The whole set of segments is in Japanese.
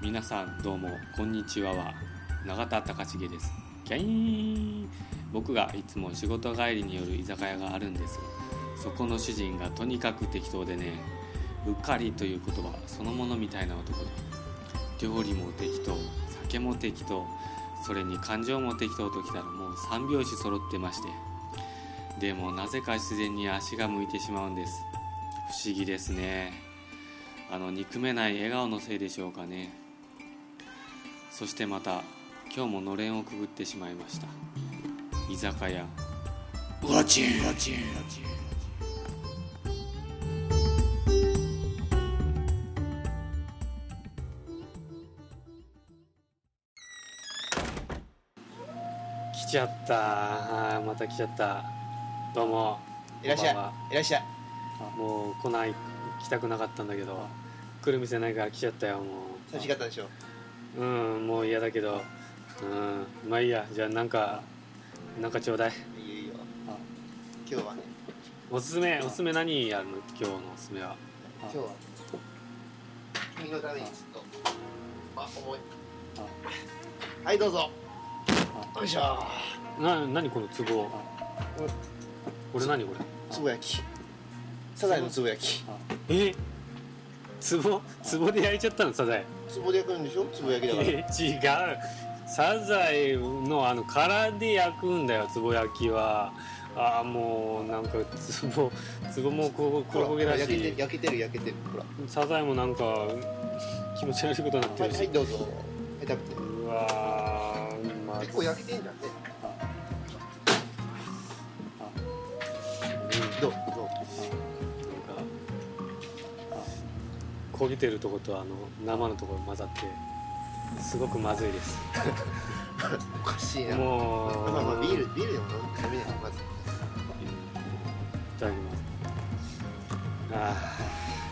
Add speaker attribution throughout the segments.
Speaker 1: 皆さんどうもこんにちはは永田隆重ですキャイーン僕がいつも仕事帰りによる居酒屋があるんですそこの主人がとにかく適当でねうっかりという言葉そのものみたいな男で料理も適当酒も適当それに感情も適当ときたらもう三拍子揃ってましてでもなぜか自然に足が向いてしまうんです不思議ですねあの憎めない笑顔のせいでしょうかねそしてまた今日ものれんをくぐってしまいました居酒屋
Speaker 2: ワチンワチン
Speaker 1: 来ちゃったあーまた来ちゃったどうも
Speaker 2: いらっしゃ
Speaker 1: こんばんはい
Speaker 2: いらっしゃい
Speaker 1: あもう来ない来たくなかったんだけど来る店ないから来ちゃったよもう
Speaker 2: 寂しかったでしょ
Speaker 1: うんもう嫌だけどうんまあいいやじゃあなんかなんかちょうだい
Speaker 2: いいよいいよ
Speaker 1: あ
Speaker 2: 今日はね
Speaker 1: おすすめおすすめ何やるの今日のおすすめは
Speaker 2: 今日は君のためにちょっとあ重いはいどうぞよいしょ
Speaker 1: な何この壺
Speaker 2: これ
Speaker 1: これ何これ
Speaker 2: つぼ焼きサザエのつぼ焼き
Speaker 1: あえ壺壺で焼いちゃったのサザエ
Speaker 2: つぼで焼くんでしょつぼ焼きだから
Speaker 1: え違うサザエのあの殻で焼くんだよつぼ焼きはああもうなんかつぼつぼもこう
Speaker 2: ほ
Speaker 1: 黒
Speaker 2: ら
Speaker 1: 焦げだ
Speaker 2: 焼けて
Speaker 1: し
Speaker 2: る焼けてる焼けてるほら
Speaker 1: サザエもなんか気持ち悪いことになって
Speaker 2: はい
Speaker 1: る
Speaker 2: はい
Speaker 1: し
Speaker 2: どうぞはい食べて
Speaker 1: うわーまず
Speaker 2: 結構焼けてんじゃんね
Speaker 1: うん
Speaker 2: どうどう
Speaker 1: なんかあ焦げてるとことあの生のところ混ざってすごくまずいです
Speaker 2: おかしいなま
Speaker 1: もう
Speaker 2: あまあビールビールでも飲みないまず
Speaker 1: いただきますあ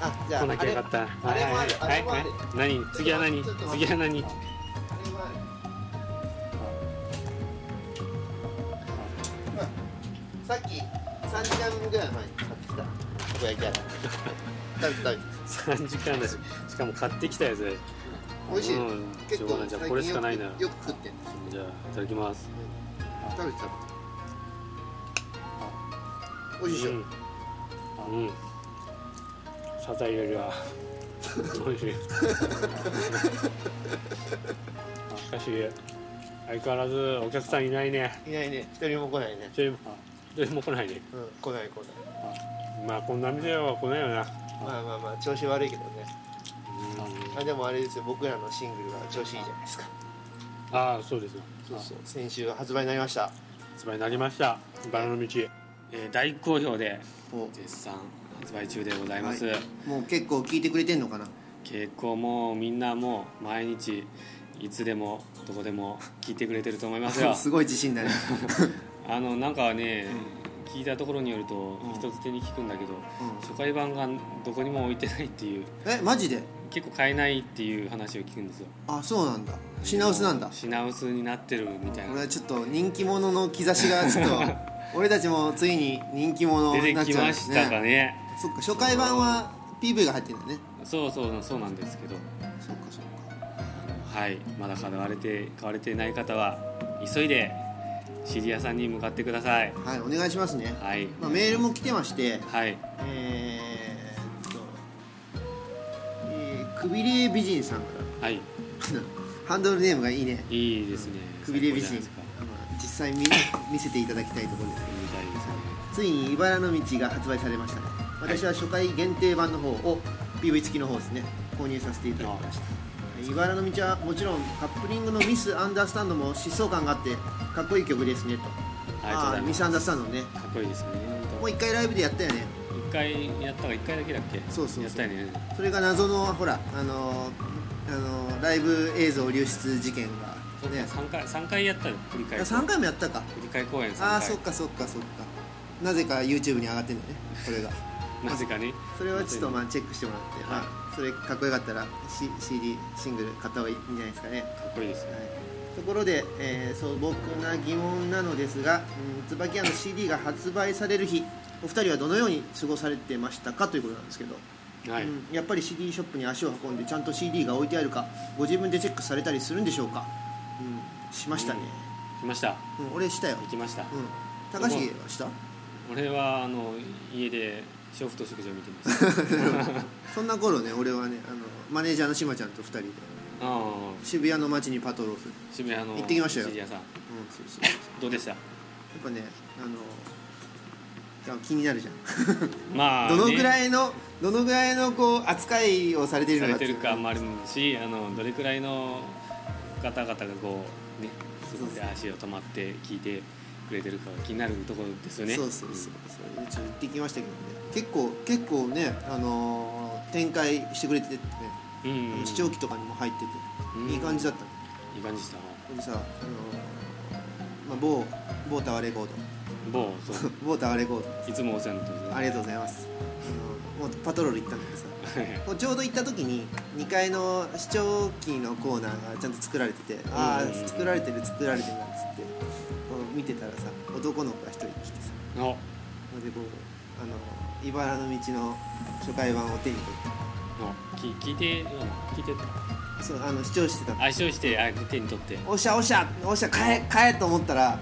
Speaker 2: あじ
Speaker 1: あ
Speaker 2: ゃあ
Speaker 1: 来
Speaker 2: あ
Speaker 1: なきゃ
Speaker 2: れ
Speaker 1: よかった
Speaker 2: あれもある
Speaker 1: は
Speaker 2: あ
Speaker 1: い
Speaker 2: れもあ
Speaker 1: はい
Speaker 2: る
Speaker 1: はい何次は何
Speaker 2: ちょっと待って
Speaker 1: 次は何
Speaker 2: あれはさっき3時間ぐらい前に買ってきたたこ焼き屋食べて食べて
Speaker 1: 3時間だししかも買ってきたやつ
Speaker 2: 美味しい、
Speaker 1: うん、し
Speaker 2: 結
Speaker 1: ょう
Speaker 2: 構
Speaker 1: がないじゃあ
Speaker 2: 最
Speaker 1: これし
Speaker 2: 近
Speaker 1: か
Speaker 2: よ
Speaker 1: ないな
Speaker 2: くよく食ってんの
Speaker 1: じゃあいただきます
Speaker 2: 食べて食べて美味しいでしょ、
Speaker 1: うん、うん、サザエよりは美味しいしかし相変わらずお客さんいないね
Speaker 2: いないね一人も来ないね
Speaker 1: 一人も一人も来ないね
Speaker 2: うん来ない来ない
Speaker 1: まあこんな店は来ないよな
Speaker 2: まあまあまあ調子悪いけどね
Speaker 1: うん
Speaker 2: あでもあれですよ僕らのシングルは調子いいじゃないですか
Speaker 1: ああそうですよ
Speaker 2: そうそう先週発売になりました
Speaker 1: 発売になりましたバラの道、えー、大好評で
Speaker 3: お
Speaker 1: 絶賛発売中でございます、
Speaker 3: はもう結構聞いてくれてんのかな
Speaker 1: 結構もうみんなもう毎日いつでもどこでも聞いてくれてると思い ますよ
Speaker 3: すごい自信だね
Speaker 1: あのなんかね、聞いたところによると
Speaker 3: うん
Speaker 1: 一つ手に聞くんだけど、
Speaker 3: うん
Speaker 1: 初回版がどこにも置いてないっていう
Speaker 3: えマジで
Speaker 1: 結構買えないっていう話を聞くんですよ
Speaker 3: あそうなんだ品薄なんだ
Speaker 1: 品薄になってるみたい
Speaker 3: これ
Speaker 1: な
Speaker 3: はちょっと人気者の兆し がちょっと俺たちもついに人気者
Speaker 1: 出
Speaker 3: になってち
Speaker 1: き
Speaker 3: ゃうん
Speaker 1: ま
Speaker 3: です
Speaker 1: し
Speaker 3: ね
Speaker 1: たかね
Speaker 3: そっか初回版は PV が入ってるんだね
Speaker 1: そうそうそうなんですけど
Speaker 3: そっかそっか
Speaker 1: はいまだ買われて買われてない方は急いでシリアさんに向かってください
Speaker 3: はいお願いしますね、
Speaker 1: はい
Speaker 3: まあ、メールも来てまして
Speaker 1: はい
Speaker 3: えー、っと、えー、くびれ美人さんから
Speaker 1: はい
Speaker 3: ハンドルネームがいいね
Speaker 1: いいですね
Speaker 3: くびれ美人
Speaker 1: 最高じゃないですか
Speaker 3: あの実際見 見せていただきたいところですけど
Speaker 1: みたいですね
Speaker 3: ついに茨の道が発売されましたね私は初回限定版の方を PV 付きの方ですね購入させていただきました茨の道はもちろんカップリングのミスアンダースタンドも疾走感があってかっこいい曲ですねと
Speaker 1: ありがとうござい
Speaker 3: ミ
Speaker 1: ま
Speaker 3: ス
Speaker 1: す
Speaker 3: アンダースタンドね
Speaker 1: かっこいいですね
Speaker 3: もう一回ライブでやったよね
Speaker 1: 一回やったが一回だけだっけ
Speaker 3: そうそうそう
Speaker 1: やったよね
Speaker 3: それが謎のほらあのーあのーライブ映像流出事件
Speaker 1: そっ
Speaker 3: が
Speaker 1: か
Speaker 3: ね
Speaker 1: 三回三回やったの振り
Speaker 3: い
Speaker 1: 返
Speaker 3: や
Speaker 1: り
Speaker 3: 3回もやったか
Speaker 1: 振り返り公演三回
Speaker 3: ああそっかそっかそっかなぜか YouTube に上がってんだねこれが
Speaker 1: なぜかね
Speaker 3: それはちょっとまあチェックしてもらって、
Speaker 1: はい
Speaker 3: まあそれかっこよかったら、C、CD シングル買った方がいいんじゃないですかね、はい、
Speaker 1: かっこいいですね
Speaker 3: ところで、えー素朴な疑問なのですが、うん、椿屋の CD が発売される日お二人はどのように過ごされてましたかということなんですけど
Speaker 1: はい、
Speaker 3: うん、やっぱり CD ショップに足を運んでちゃんと CD が置いてあるかご自分でチェックされたりするんでしょうか、うん、しましたね、
Speaker 1: 来ました
Speaker 3: うん俺したよ、
Speaker 1: 行きました
Speaker 3: うん、高橋はした
Speaker 1: 俺はあの家で娼婦と食事を見てま した
Speaker 3: そんな頃ね俺はねあのマネージャーのしまちゃんと2人で
Speaker 1: ああ
Speaker 3: 渋谷の街にパトロール、うん、
Speaker 1: 渋谷の
Speaker 3: 行ってきましたよ
Speaker 1: シリアさん
Speaker 3: そうそうそう
Speaker 1: どうでした
Speaker 3: やっぱねあのいや気になるじゃん
Speaker 1: まあ
Speaker 3: どのぐ
Speaker 1: い
Speaker 3: らいのどのぐらいのこう扱いをされている
Speaker 1: さ
Speaker 3: のか
Speaker 1: れ
Speaker 3: っててい
Speaker 1: る
Speaker 3: う
Speaker 1: かもあるしあのどれくらいの方々がこうねそこで足を止まって聞いてくれてるかが気になるところですよね
Speaker 3: そうそうそうそううち行ってきましたけどね結構結構ねあのー展開してくれてて、ね
Speaker 1: うん、うん
Speaker 3: 視聴器とかにも入ってて、
Speaker 1: うん
Speaker 3: いい感じだった
Speaker 1: いい感じでした
Speaker 3: のでさあのー、まあ、某某タワーレコー
Speaker 1: 某そ
Speaker 3: ド
Speaker 1: う
Speaker 3: 某タワーレコード
Speaker 1: いつもお世話になってます
Speaker 3: ありがとうございますあのもうパトロール行ったんだけどさもうちょうど行った時に2階の視聴器のコーナーがちゃんと作られててあ
Speaker 1: うん
Speaker 3: あ作られてる作られてるなっつってこう見てたらさ男の子が1人来てさ
Speaker 1: お
Speaker 3: ので僕あの茨の道の初回版を手に取っ
Speaker 1: おき聞いてあの聞いて
Speaker 3: てそうあの視聴してたの
Speaker 1: 相性してあ手に取って
Speaker 3: おっしゃおっしゃおっしゃ買え買えと思ったら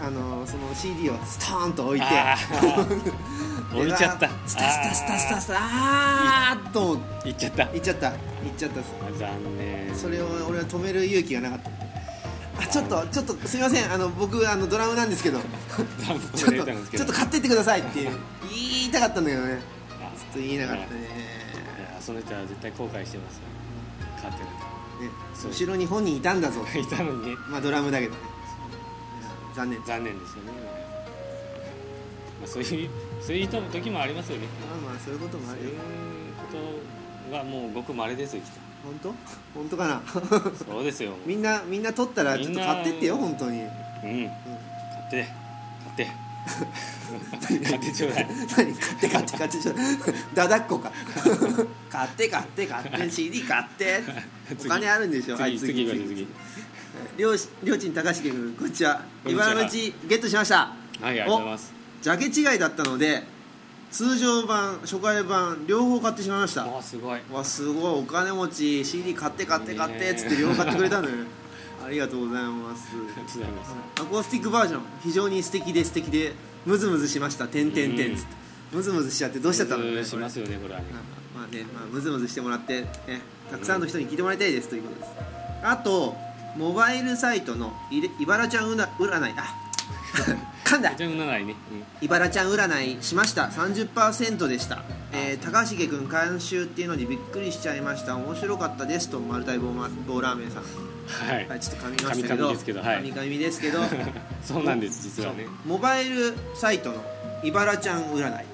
Speaker 3: あのその CD をストーンと置いて
Speaker 1: あー 置いちゃった
Speaker 3: でわースタスタスタスタスタあーっと思って
Speaker 1: いっちゃった
Speaker 3: 行っちゃった行っちゃったっす
Speaker 1: あ残念
Speaker 3: それを俺は止める勇気がなかったあちょっとちょっとすみませんあの僕あのドラムなんです けど
Speaker 1: 残念
Speaker 3: ちょっと
Speaker 1: たんですけ
Speaker 3: ちょ
Speaker 1: ど
Speaker 3: っと買ってってくださいっていう言いたかったんだけどね
Speaker 1: あ
Speaker 3: ちょっと言えなかったね
Speaker 1: いやその人は絶対後悔してますよ勝って
Speaker 3: ね
Speaker 1: そう
Speaker 3: 後ろに本人いたんだぞ
Speaker 1: ないといたのにね
Speaker 3: まあドラムだけどねいや残念ま
Speaker 1: 残念ですよね、まあ、そういうそういう人も時もありますよね
Speaker 3: あまあそういうことも
Speaker 1: そ
Speaker 3: あ
Speaker 1: う
Speaker 3: る
Speaker 1: い
Speaker 3: よ
Speaker 1: うことはもうごくまれですよきっ
Speaker 3: 本当本当かな
Speaker 1: とそうですよ
Speaker 3: みんなみんな取ったらちょっと買ってってよ
Speaker 1: みん
Speaker 3: 本当に、うん、
Speaker 1: うん買って買って買ってちょうだい
Speaker 3: 何買って買って買ってちょっとだだっ こか買って買って買って CD 買ってお金あるんでしょは い
Speaker 1: 次次次次
Speaker 3: りょうしりょうちん高重君こんにちは
Speaker 1: こんにちは
Speaker 3: 茨のうちゲットしました
Speaker 1: はいありがとうございます
Speaker 3: ジャケ違いだったので通常版初回版両方買ってしまいました
Speaker 1: わあすごい
Speaker 3: わすごいお金持ち CD 買って買って買ってっつって両方買ってくれたのよありがとうございます
Speaker 1: ありがとうございます
Speaker 3: アコースティックバージョン非常に素敵で素敵でムズムズしました「てんてんてん」つってムズムズしちゃってどうしちゃったの
Speaker 1: う
Speaker 3: ね
Speaker 1: んしますよねこれはね
Speaker 3: まあまあね、まあ、ムズムズしてもらって、ね、たくさんの人に聞いてもらいたいですということですあとモバイルサイトのいれ「いばらちゃんうな占い」あ 噛んだ
Speaker 1: じゃあうなないねうん
Speaker 3: いばらちゃん占いしました30%でした、えー高重君監修っていうのにびっくりしちゃいました面白かったですと丸太棒ま棒ラーメンさん、
Speaker 1: はい
Speaker 3: はい、ちょっと噛みましたけど
Speaker 1: 噛み噛みですけどはい
Speaker 3: 噛み噛みですけど
Speaker 1: そうなんです実はね
Speaker 3: モバイルサイトのいばらちゃん占い
Speaker 1: はい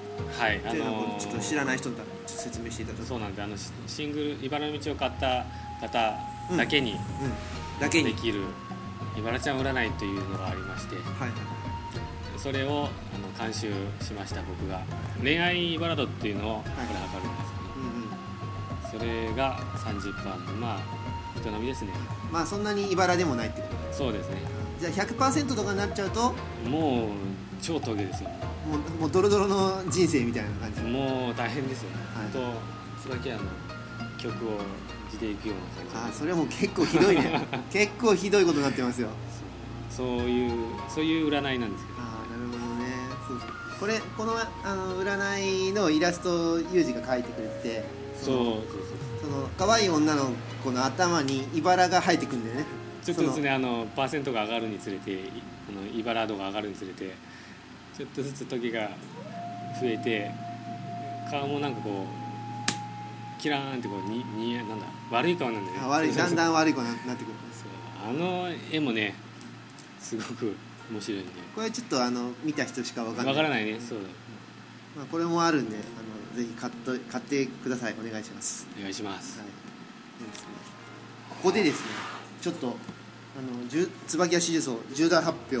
Speaker 1: あ
Speaker 3: というの
Speaker 1: のー
Speaker 3: をちょっと知らない人のためにちょっと説明していただくと、
Speaker 1: そうなんであのシシングル茨の道を買った方だけに、
Speaker 3: うん、だけに
Speaker 1: できる茨ちゃん占いというのがありまして
Speaker 3: はい
Speaker 1: それをあの監修しました僕が恋愛茨度っていうのをこれ
Speaker 3: い
Speaker 1: 測るんです
Speaker 3: うんうん
Speaker 1: けど、それが30番のまあ人並みですね
Speaker 3: まあそんなにいばらでもないってこと
Speaker 1: そうですね
Speaker 3: だじゃあ100%とかになっちゃうとも
Speaker 1: もう超峠ですよ
Speaker 3: うもうドロドロの人生みたいな感じ
Speaker 1: もう大変ですよ、
Speaker 3: は
Speaker 1: ほ
Speaker 3: い
Speaker 1: んとつばきあの曲を地でいくような
Speaker 3: あ
Speaker 1: 感
Speaker 3: あ
Speaker 1: じ
Speaker 3: それはもう結構ひど いね結構ひどいことになってますよ
Speaker 1: そうそういうそういう占いなんですけど
Speaker 3: ああなるほどねそうそうこれこのあの占いのイラストをユージが描いてくれてて
Speaker 1: そう
Speaker 3: の
Speaker 1: そうそう
Speaker 3: その可愛い女の子の頭にいばらが生えてくんだよね
Speaker 1: ちょっとですねあのパーセントが上がるにつれていあのイバラードが上がるにつれてちょっとずつ時が増えて顔もなんかこうキラーンってこうにになんだ悪い顔なんだ
Speaker 3: そ
Speaker 1: ね
Speaker 3: のあ悪いだん
Speaker 1: ん
Speaker 3: だん悪い子にななってくる
Speaker 1: あの絵もねすごく面白いんで
Speaker 3: これちょっとあの見た人しかわかん
Speaker 1: わ
Speaker 3: ない
Speaker 1: からないねそうだ
Speaker 3: まあ、これもあるんであのぜひ買っと買ってくださいお願いします
Speaker 1: お願いします
Speaker 3: はい、ですね、ここでですねちょっとあのじゅ椿屋四重奏重大発表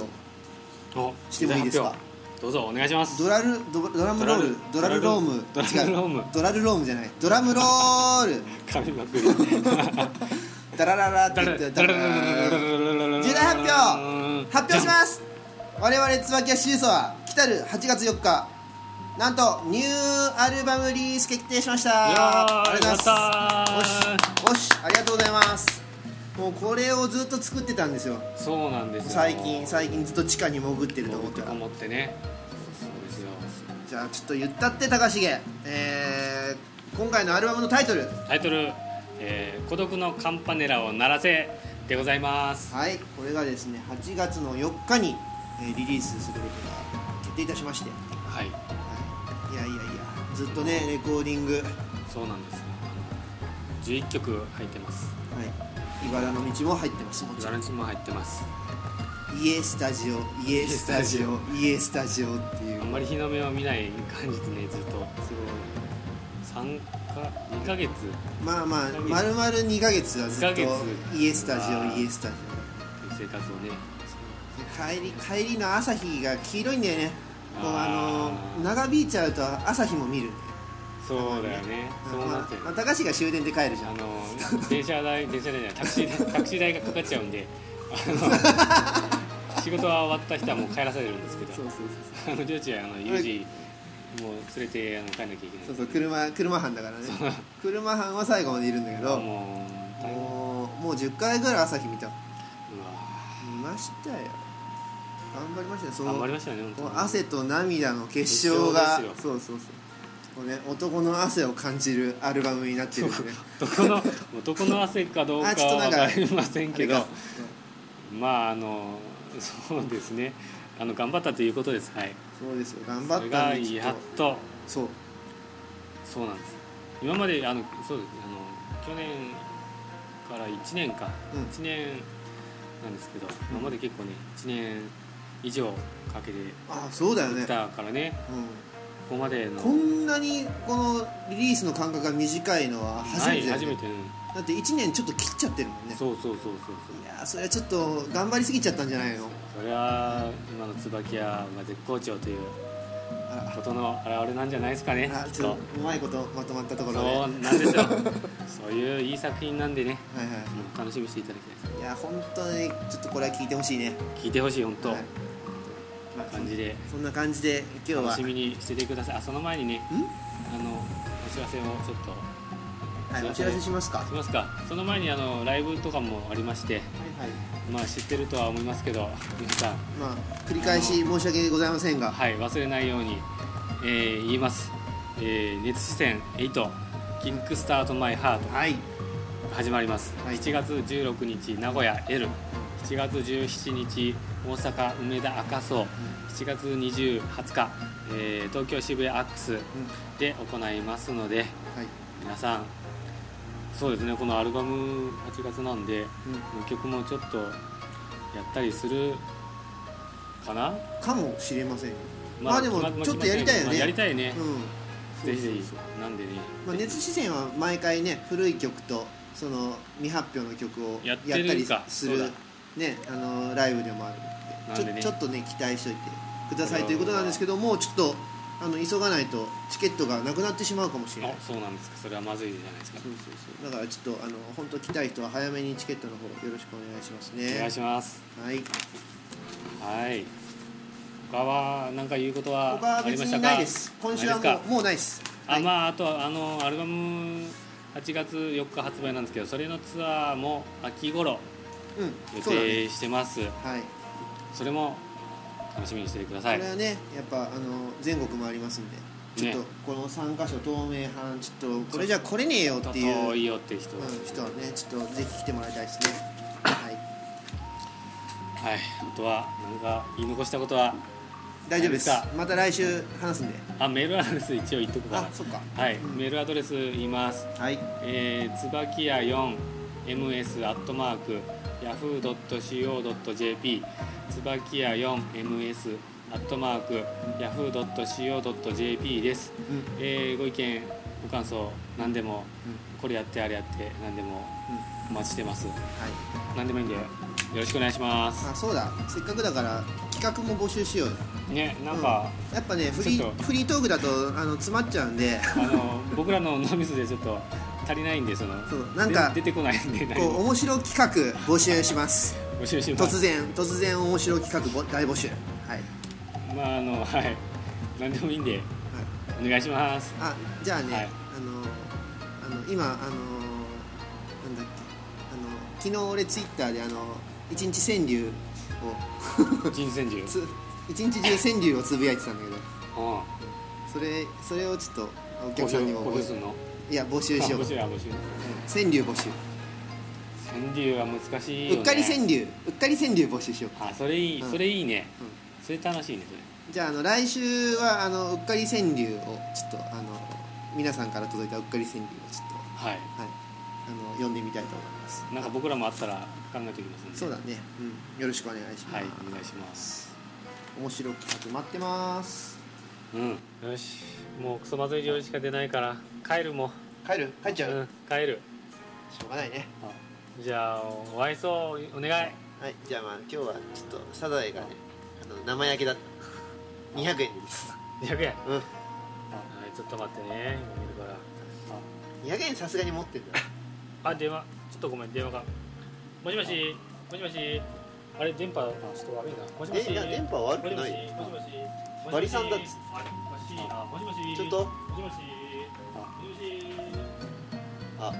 Speaker 1: お
Speaker 3: してもいいですか
Speaker 1: 発表どうぞお願いします
Speaker 3: ドラルドドラムロール
Speaker 1: ド
Speaker 3: ド
Speaker 1: ラ
Speaker 3: ラ
Speaker 1: ル
Speaker 3: ルローム
Speaker 1: ドラルローム
Speaker 3: 違うドラルロームじゃないドラムロール
Speaker 1: 噛みまくる
Speaker 3: ダラララって
Speaker 1: だら
Speaker 3: 言っ
Speaker 1: だ
Speaker 3: てダ
Speaker 1: ら
Speaker 3: ラ
Speaker 1: だ
Speaker 3: ラ
Speaker 1: らだらだらだらだら
Speaker 3: ララ
Speaker 1: だら
Speaker 3: 重大発表発表します我々椿屋四重奏は来たる8月4日なんとニューアルバムリリース決定しました
Speaker 1: いやー
Speaker 3: ありがとうございます
Speaker 1: やっ
Speaker 3: おしおしありがとうございますもうこれをずっと作ってたんですよ
Speaker 1: そうなんですよ
Speaker 3: 最近最近ずっと地下に潜ってると
Speaker 1: 潜
Speaker 3: 思
Speaker 1: っ
Speaker 3: ってた
Speaker 1: こ
Speaker 3: ら
Speaker 1: もってねそうですよ
Speaker 3: じゃあちょっと言ったって高重、えー、今回のアルバムのタイトル
Speaker 1: タイトル、えー孤独のカンパネラを鳴らせ」でございます
Speaker 3: はいこれがですね8月の4日に、えーリリースすることが決定いたしまして、は
Speaker 1: はい
Speaker 3: い、いやいやいやずっとねレコーディング、はい、
Speaker 1: そうなんですあの11曲入ってます
Speaker 3: 茨の道も入ってますもち
Speaker 1: ガ
Speaker 3: ろ
Speaker 1: ラ
Speaker 3: ん
Speaker 1: ンスも入ってます
Speaker 3: 家スタジオ家スタジオ家スタジオっていう
Speaker 1: あんまり日の目を見ない感じでねずっと
Speaker 3: すご
Speaker 1: 3か2ヶ月
Speaker 3: いまあまあ
Speaker 1: 二ヶ月
Speaker 3: まるまる2ヶ月はずっと
Speaker 1: 二ヶ月
Speaker 3: 家スタジ
Speaker 1: あー
Speaker 3: オ家スタジ
Speaker 1: という生活をね
Speaker 3: オで帰り帰りの朝日が黄色いんだよねこうあ
Speaker 1: あー
Speaker 3: の長引いちゃうと朝日も見るんだよ
Speaker 1: そうだよねそうなってる
Speaker 3: まあ、まあ高橋が終電で帰るじゃ
Speaker 1: あ
Speaker 3: ん
Speaker 1: の電車 代電車代じゃないタクシー代タクシー代がかかっちゃうんであ の仕事は終わった人はもう帰らされるんですけど
Speaker 3: そうそうそう
Speaker 1: あの両親あの有事もう連れてあの帰んなきゃいけない
Speaker 3: そうそうそう車車班だからね車班は最後までいるんだけども
Speaker 1: もう大変うわ
Speaker 3: うもう10回ぐらい朝日見た見ましたよ頑張りましたよその
Speaker 1: 頑張りましたね本当
Speaker 3: こ
Speaker 1: に
Speaker 3: う汗と涙の結晶が
Speaker 1: 結晶です
Speaker 3: そうそうそうこうね男の汗を感じるアルバムになってるんでね
Speaker 1: 男の男の汗かどうか
Speaker 3: あちょっとな
Speaker 1: は
Speaker 3: んか
Speaker 1: 分かりませんけ
Speaker 3: あ
Speaker 1: ど
Speaker 3: れか
Speaker 1: まああのそうですねあの頑張ったということですはい
Speaker 3: そうですよ頑張
Speaker 1: そ
Speaker 3: っ
Speaker 1: れ
Speaker 3: た
Speaker 1: が
Speaker 3: んできっ
Speaker 1: やっ
Speaker 3: と
Speaker 1: と
Speaker 3: そう
Speaker 1: そうなんです今まであのそうですあの去年から1年か、
Speaker 3: うん
Speaker 1: 1年なんですけど今まで結構ね1年以上かけて
Speaker 3: あそうだよ
Speaker 1: き
Speaker 3: ね、
Speaker 1: たからね
Speaker 3: う
Speaker 1: ここまでの
Speaker 3: ん、こんなにこのリリースの間隔が短いのは初
Speaker 1: はい
Speaker 3: めてだよ
Speaker 1: 初
Speaker 3: ね
Speaker 1: めてね
Speaker 3: だって1年ちょっと切っちゃってるもんね
Speaker 1: そうそうそうそうそう
Speaker 3: いやーそれはちょっと頑張りすぎちゃったんじゃないの
Speaker 1: それは今の椿屋が絶好調という
Speaker 3: あ
Speaker 1: ことの表れなんじゃないですかね
Speaker 3: らあ
Speaker 1: きっ
Speaker 3: ちょっ
Speaker 1: と
Speaker 3: とうまいことまとまったところで、
Speaker 1: そ
Speaker 3: はいう
Speaker 1: なんですよそういういい作品なんでね
Speaker 3: は
Speaker 1: もう楽しみにしていただきたいで
Speaker 3: いいや本当にちょっとこれは聞いてほしいね
Speaker 1: す聞いてほしい本当、
Speaker 3: はい
Speaker 1: こんな感じで
Speaker 3: そんな感じで今日は
Speaker 1: 楽しみにしててくださいあその前にね
Speaker 3: ん
Speaker 1: あのお知らせをちょっと
Speaker 3: はいお知らせしますかは
Speaker 1: しますかその前にあのライブとかもありまして
Speaker 3: いはい
Speaker 1: まあ知ってるとは思いますけど皆さん
Speaker 3: まあ繰り返し申し訳ございませんが
Speaker 1: はい忘れないように、えー言います、えー熱視線8キックスタートマイハート
Speaker 3: はい
Speaker 1: 始まります、
Speaker 3: はい
Speaker 1: 7月16日名古屋 L7 月17日大阪梅田赤荘7月20 20日、えー東京渋谷アックス
Speaker 3: うん
Speaker 1: で行いますので
Speaker 3: はい
Speaker 1: 皆さんそうですねこのアルバム8月なんで
Speaker 3: うん
Speaker 1: 曲もちょっとやったりするかな
Speaker 3: かもしれませんよまあでも
Speaker 1: 決ま
Speaker 3: ちょっとやりたいよね
Speaker 1: まあやりたいね、
Speaker 3: うん
Speaker 1: ぜひぜ
Speaker 3: そうそう
Speaker 1: ひ
Speaker 3: そう
Speaker 1: なんでね、
Speaker 3: まあ、熱視線は毎回ね古い曲とその未発表の曲を
Speaker 1: や
Speaker 3: や
Speaker 1: っ
Speaker 3: ってた
Speaker 1: る
Speaker 3: り
Speaker 1: か
Speaker 3: す
Speaker 1: そ
Speaker 3: る
Speaker 1: う、
Speaker 3: ね、あのライブでもあるの
Speaker 1: なんで
Speaker 3: で
Speaker 1: ね
Speaker 3: ちょちょっとね期待しといてくだ
Speaker 1: こ
Speaker 3: さ
Speaker 1: れ
Speaker 3: い
Speaker 1: は
Speaker 3: ということなんですけどもうちょっとあの急がないとチケットがなくなってしまうかもしれない
Speaker 1: あそうなんですかそれはまずいじゃないですか
Speaker 3: そうそうそうだからちょっとあの本当来たい人は早めにチケットの方よろしくお願いします
Speaker 1: お願い
Speaker 3: ね
Speaker 1: します
Speaker 3: はい
Speaker 1: はい他は何か言うことは
Speaker 3: 他は
Speaker 1: あり
Speaker 3: 別
Speaker 1: ました
Speaker 3: に
Speaker 1: か
Speaker 3: ないです今週は
Speaker 1: ない
Speaker 3: も
Speaker 1: です
Speaker 3: うもうないです
Speaker 1: か
Speaker 3: は
Speaker 1: あ
Speaker 3: い
Speaker 1: まああとはあのアルバム8月4日発売なんですけどそれのツアーも秋頃
Speaker 3: う
Speaker 1: 予
Speaker 3: んそうだね
Speaker 1: 定してますそ,、
Speaker 3: はい
Speaker 1: れも楽しみにしててくださ
Speaker 3: こ
Speaker 1: い
Speaker 3: れはねやっぱあの全国もありますんでちょっと
Speaker 1: ね
Speaker 3: この3箇所透明版ちょっとこれじゃ来れねえよっていう、
Speaker 1: 遠
Speaker 3: うん、
Speaker 1: いよって人、
Speaker 3: 人はねちょっとぜひ来てもらいたいですねはい
Speaker 1: はいあとは何か言い残したことは
Speaker 3: 大丈夫です
Speaker 1: あれ
Speaker 3: また来週話すんで
Speaker 1: あメールアドレス一応言っとくか
Speaker 3: あそっか
Speaker 1: はい、
Speaker 3: うん
Speaker 1: メールアドレス言います
Speaker 3: はい
Speaker 1: えー、椿屋 4ms アットマーク yahoo.co.jp 椿屋 4ms アットマーク yahoo.co.jp です、
Speaker 3: うん
Speaker 1: えーご意見ご感想何でもこれやってあれやって何でも
Speaker 3: うんうん
Speaker 1: お待ちしてます
Speaker 3: はい
Speaker 1: 何でもいいんでよろしくお願いします
Speaker 3: あそうだせっかくだから企画も募集しようよ
Speaker 1: ねなんか、
Speaker 3: うんやっぱねフリ
Speaker 1: ちょっ
Speaker 3: ーフリートークだとあの詰まっちゃうんで
Speaker 1: あの僕らのノミスでちょっと足りないんでその
Speaker 3: そうなんか
Speaker 1: で出てこないんで
Speaker 3: こ
Speaker 1: 何
Speaker 3: う
Speaker 1: も
Speaker 3: 面白企画募集します
Speaker 1: 募集します
Speaker 3: 突然突然面白企画ぼ大募集はい
Speaker 1: まああのはい何でもいいんで
Speaker 3: はい
Speaker 1: お願いします
Speaker 3: あじゃあね、
Speaker 1: はい
Speaker 3: あのあの今あのなんだっけあの昨日俺ツイッターであの一日川柳を
Speaker 1: 人選獣
Speaker 3: つ一日中川柳をつぶやいてたんだけど
Speaker 1: うん
Speaker 3: それそれをちょっとお
Speaker 1: 募
Speaker 3: 客さんに
Speaker 1: 集
Speaker 3: も
Speaker 1: 募集するの
Speaker 3: いや募集しよう
Speaker 1: あ募集あ募集
Speaker 3: 川柳募集、
Speaker 1: 川柳は難しいよ、ね、
Speaker 3: うっかり川柳うっかり川柳募集しよう
Speaker 1: あそれいい
Speaker 3: うん
Speaker 1: それいいね、
Speaker 3: うん
Speaker 1: それ楽しいね
Speaker 3: じゃああの来週はあのうっかり川柳をちょっとあの皆さんから届いたうっかり川柳をちょっと
Speaker 1: それはい
Speaker 3: はいあの読んでみたいと思います
Speaker 1: なんか僕らもあったら考えておきますんで
Speaker 3: そうだね、うん、よろしくお願いします、
Speaker 1: はいお願いします
Speaker 3: 面白企画待ってます
Speaker 1: うんよしもうクソまずい料理しか出ないから帰るも
Speaker 2: 帰る帰っちゃう、
Speaker 1: うん帰る
Speaker 2: しょうがないね
Speaker 1: じゃあお愛想お願い
Speaker 2: はいじゃあまあ今日はちょっとサザエがねあの生焼けだった200円です
Speaker 1: 200円
Speaker 2: うん
Speaker 1: はいちょっと待ってね今見るから
Speaker 2: 200円さすがに持ってん だ
Speaker 1: あ電話ちょっとごめん電話がもしもしもしもしあれ電波がちょっと悪いなもしもし
Speaker 2: えいや電波
Speaker 1: も
Speaker 2: 悪く
Speaker 1: しも
Speaker 2: な
Speaker 1: し
Speaker 2: い
Speaker 1: もしもし
Speaker 2: バリさんだっつ
Speaker 1: あれおかしいなもしもし
Speaker 2: ちょっと
Speaker 1: もしもしもしもし
Speaker 2: あ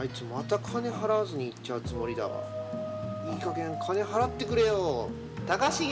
Speaker 2: あいつまた金払わずに行っちゃうつもりだわいい加減金払ってくれよ高重高重